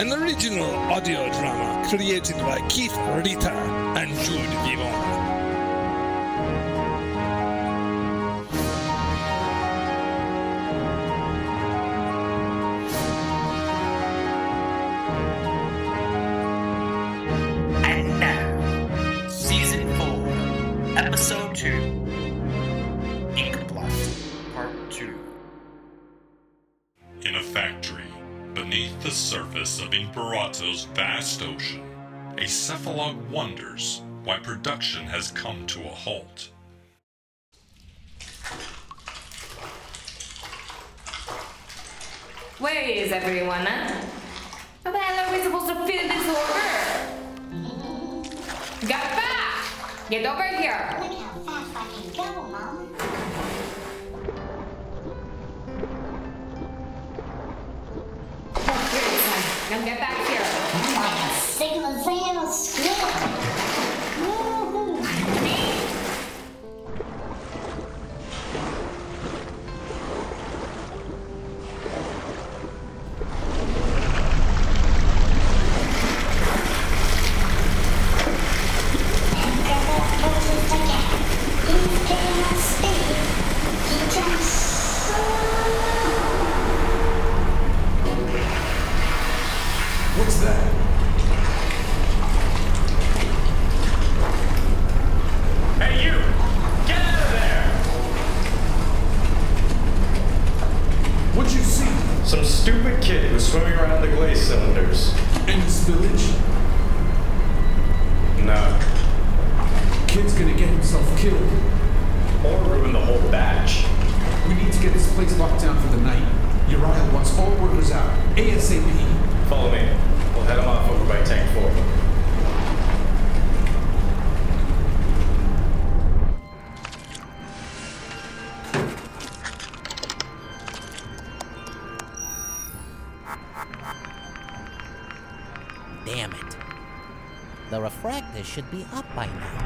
an original audio drama created by Keith Rita and Jude Vivon. And now, season four, episode two, Ink Blot, part two. In a factory, beneath the surface of Imperato's vast ocean, a cephalog wonders why production has come to a halt. Where is everyone, huh? How the hell are we supposed to feel this order? Get back! Get over here! Look how fast I can go, Mom. Look, here it is. Now get back here. Like a Sigma Zeta squid. Woohoo! And Grandpa pushes again. He's getting up speed. He jumps so low. What's that? Hey, you! Get out of there! What'd you see? Some stupid kid was swimming around the glaze cylinders. In this village? No. Kid's gonna get himself killed. Or ruin the whole batch. We need to get this place locked down for the night. Uriah wants all workers out. ASAP. Follow me. We'll head him off over by tank four. Damn it. The refractor should be up by now.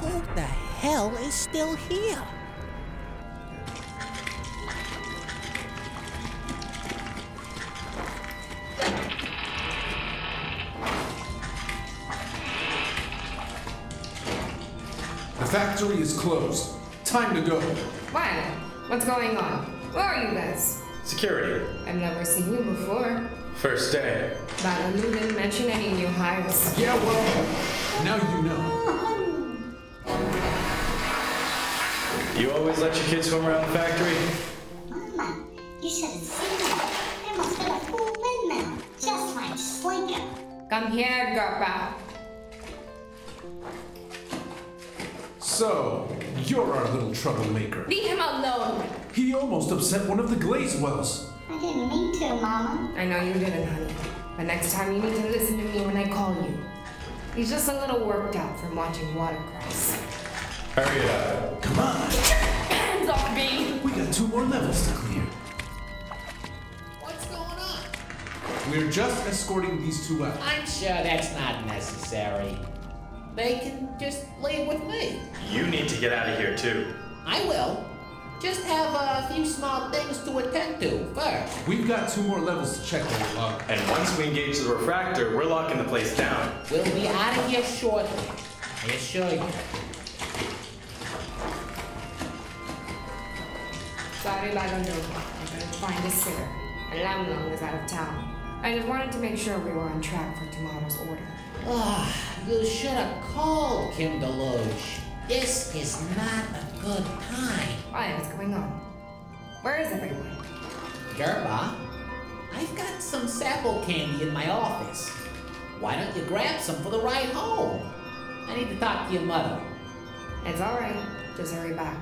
Who the hell is still here? The factory is closed. Time to go. What? What's going on? Where are you guys? Security. I've never seen you before. First day. Balalu didn't mention any new hires. Yeah, well, now you know. You always let your kids swim around the factory? Mama, you should have seen that. There must have been a cool windmill, just like Slinker. Come here, Garpa. So, you're our little troublemaker. Leave him alone! He almost upset one of the Glazewells. I didn't mean to, Mama. I know you didn't, honey. But next time you need to listen to me when I call you. He's just a little worked out from watching watercress. Hurry it up. Come on, Hands off me! we got two more levels to clear. What's going on? We're just escorting these two out. I'm sure that's not necessary. They can just leave with me. You need to get out of here, too. I will. Just have a few small things to attend to first. We've got two more levels to check on the lock. And once we engage the refractor, we're locking the place down. We'll be out of here shortly. I assure you. Sorry, Balalu. I couldn't find a sitter, and Lamlong was out of town. I just wanted to make sure we were on track for tomorrow's order. Ah, you should have called Kim Deloge. This is not a good time. Why? What's going on? Where is everyone? Gerba, I've got some sample candy in my office. Why don't you grab some for the ride home? I need to talk to your mother. It's alright. Just hurry back.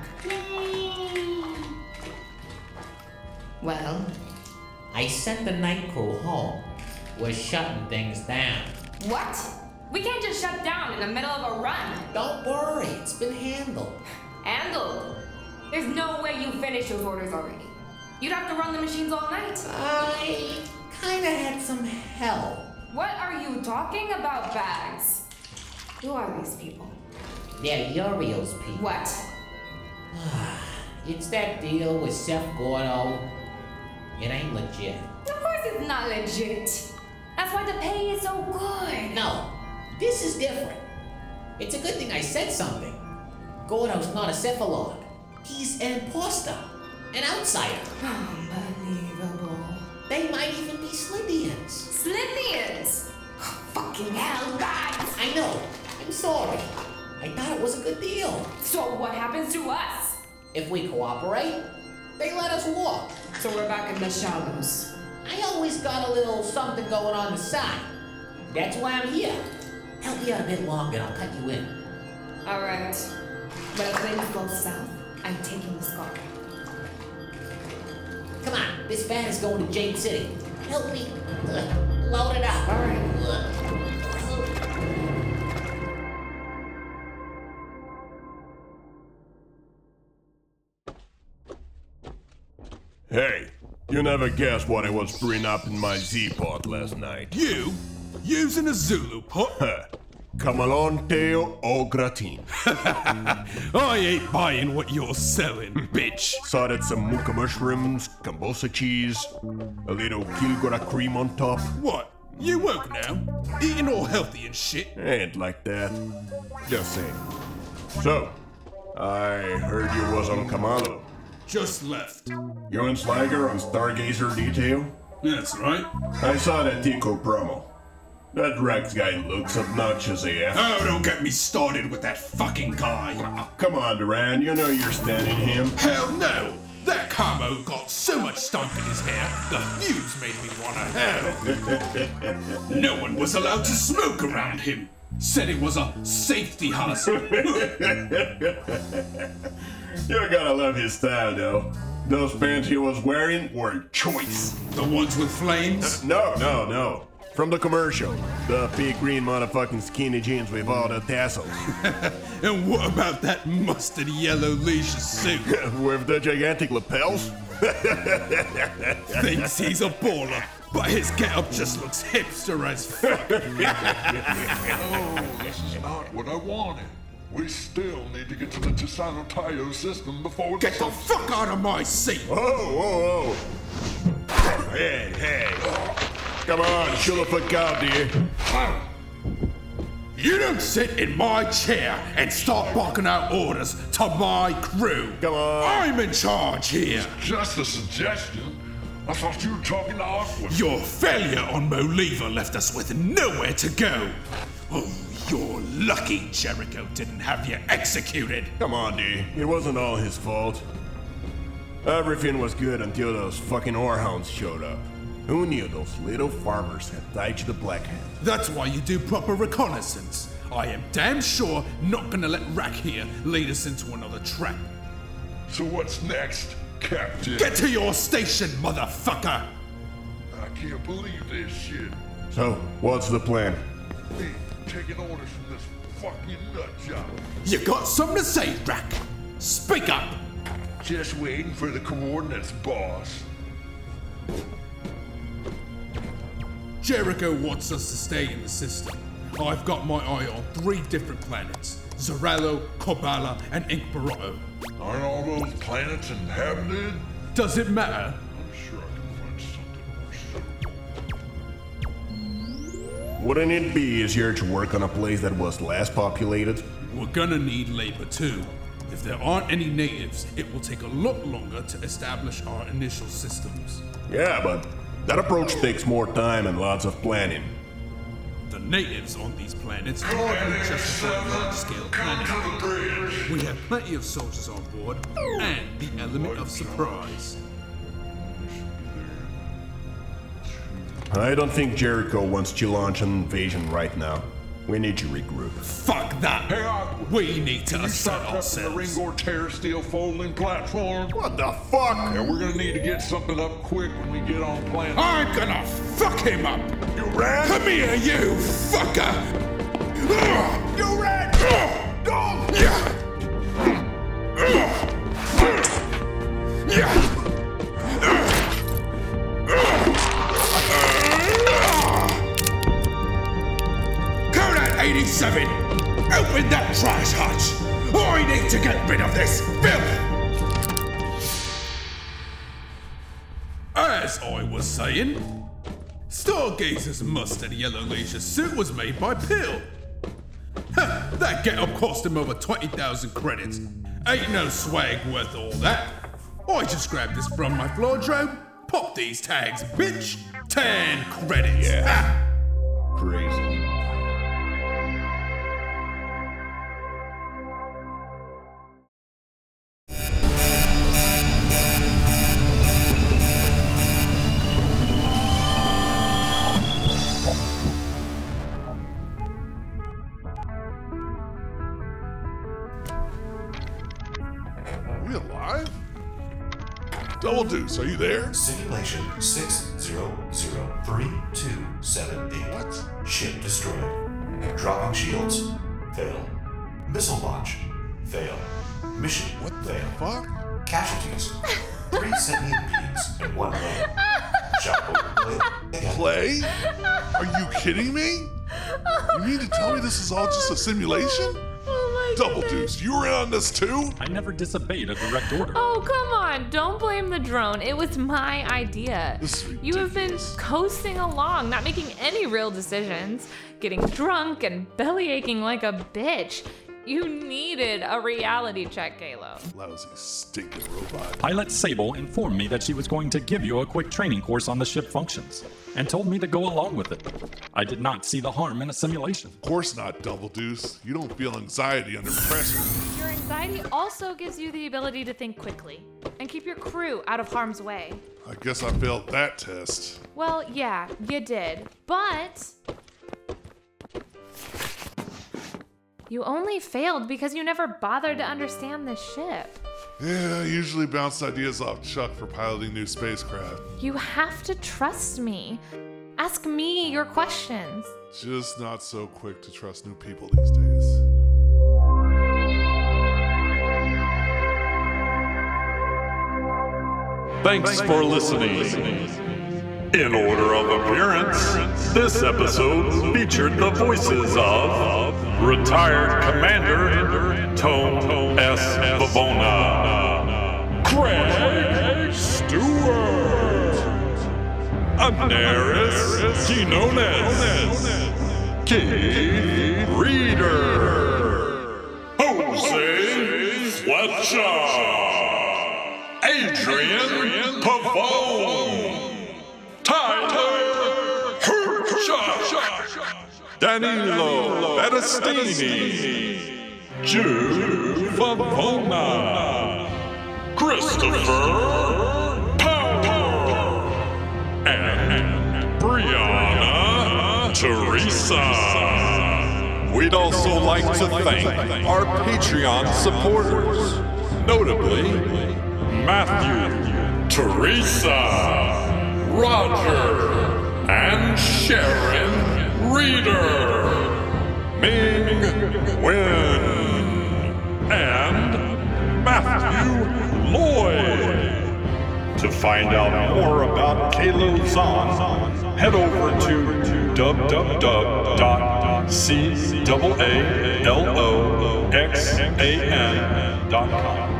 Well, I sent the night crew home. We're shutting things down. What? We can't just shut down in the middle of a run. Don't worry, it's been handled. Handled. There's no way you finished those orders already. You'd have to run the machines all night. I kinda had some help. What are you talking about, Bags? Who are these people? They're Uriel's people. What? It's that deal with Seth Gordo. It ain't legit. Of course it's not legit. That's why the pay is so good. No, this is different. It's a good thing I said something. Gordo's not a cephalog. He's an imposter, an outsider. Unbelievable. They might even be Slythians. Slithians! fucking hell, guys! I know. I'm sorry. I thought it was a good deal. So what happens to us? If we cooperate, they let us walk. So we're back in the shallows. I always got a little something going on the side. That's why I'm here. Help me out a bit longer, I'll cut you in. Alright. But if things go south, I'm taking the scar. Come on, this van is going to Jane City. Help me Ugh, load it up. All right. Hey, you never guess what I was brewing up in my Z-Pod last night. You? Using a Zulu pot? Huh. Camalonte au gratin. I ain't buying what you're selling, bitch. Sodded some muka mushrooms, kombucha cheese, a little Kilgora cream on top. What? You woke now? Eating all healthy and shit? Ain't like that. Just saying. So, I heard you was on Kamalo. Just left. You and Slager on Stargazer Detail? That's right. I saw that Tico promo. That Rex guy looks obnoxious AF. Oh, don't get me started with that fucking guy. Ah, Come on, Duran, you know you're standing him. Hell no! That Camo got so much stunk in his hair, the fuse made me wanna hell. no one was allowed to smoke around him. Said it was a safety hazard. You gotta love his style, though. Those pants he was wearing were choice. Uh, the ones with flames? No, no, no. From the commercial, the big green motherfucking skinny jeans with all the tassels, And what about that mustard yellow leisure suit? with the gigantic lapels. Thinks he's a baller, but his getup just looks hipster as fuck. No, this is not what I wanted. We still need to get to the Tisano Tayo system before Get the fuck out of my seat! Whoa, whoa, whoa! Hey, hey! Come on, chill the fuck out, dear. You don't sit in my chair and start barking out orders to my crew. Come on. I'm in charge here. Just a suggestion. I thought you were talking to Aqua. Your failure on Moliva left us with nowhere to go. Oh, you're lucky Jericho didn't have you executed. Come on, D. It wasn't all his fault. Everything was good until those fucking orehounds showed up. Who knew those little farmers had died to the Black Hand? That's why you do proper reconnaissance. I am damn sure not gonna let Rack here lead us into another trap. So what's next, Captain? Get to your station, motherfucker! I can't believe this shit. So, what's the plan? Me taking orders from this fucking nut job. You got something to say, Rack? Speak up! Just waiting for the coordinates, boss. Jericho wants us to stay in the system. I've got my eye on three different planets Zorello, Kobala, and Inkbarato. Aren't all those planets inhabited? Does it matter? I'm sure I can find something more suitable. Wouldn't it be easier to work on a place that was less populated? We're gonna need labor too. If there aren't any natives, it will take a lot longer to establish our initial systems. Yeah, but that approach takes more time and lots of planning. The natives on these planets Commander aren't just large scale Seven, come planets. to the bridge. We have plenty of soldiers on board and the element of surprise. I don't think Jericho wants to launch an invasion right now. We need to regroup. Fuck that! Hey, Aqua. We need to You assert stopped up in the ourselves. Ringor Terra Steel folding platform. What the fuck? And we're gonna need to get something up quick when we get on planet. I'm gonna fuck him up! You ran? Come here, you Ah! fucker! Ah! You ran! Dog! Conan 87! Open that trash hutch! I need to get rid of this filth! Hey, As I was saying, Stargazer's mustard yellow leisure suit was made by Pill. Ha, that getup cost him over 20,000 credits. Ain't no swag worth all that. I just grabbed this from my floor drone, pop these tags, bitch. 10 credits. Yeah. Crazy. We alive? Double Deuce, are you there? Simulation 600328. What? Ship destroyed. Dropping shields. Fail. Missile launch. Fail. Mission. What fail. the fuck? Casualties. Three sentient beings and one man. Shot over. Play? Are you kidding me? You mean to tell me this is all just a simulation? Double Deuce, you were in on this too? I never disobeyed a direct order. Oh, come on. Don't blame the drone. It was my idea. You have been coasting along, not making any real decisions, getting drunk and belly aching like a bitch. You needed a reality check, Galo. Lousy, stinking robot. Pilot Sable informed me that she was going to give you a quick training course on the ship functions and told me to go along with it. I did not see the harm in a simulation. Of course not, Double Deuce. You don't feel anxiety under pressure. Your anxiety also gives you the ability to think quickly and keep your crew out of harm's way. I guess I failed that test. Well, yeah, you did. But. You only failed because you never bothered to understand the ship. Yeah, I usually bounce ideas off Chuck for piloting new spacecraft. You have to trust me. Ask me your questions. Just not so quick to trust new people these days. Thanks for listening. In order of appearance, this episode featured the voices of retired commander Tone S. Bavona, Craig Stewart, Amneris Quinones, Keith Reader, Jose Fletcher. Adrian Pavone, Tyler Hershak, Danilo Battistini, Jude Favona, Christopher Power, and Brianna Teresa. We'd also like to thank our Patreon supporters, notably Matthew, Teresa, Roger, and Sharon Reeder, Ming Nguyen, and Matthew Lloyd. To find out more about Kalo Zahn, head over to www.caalxan.com.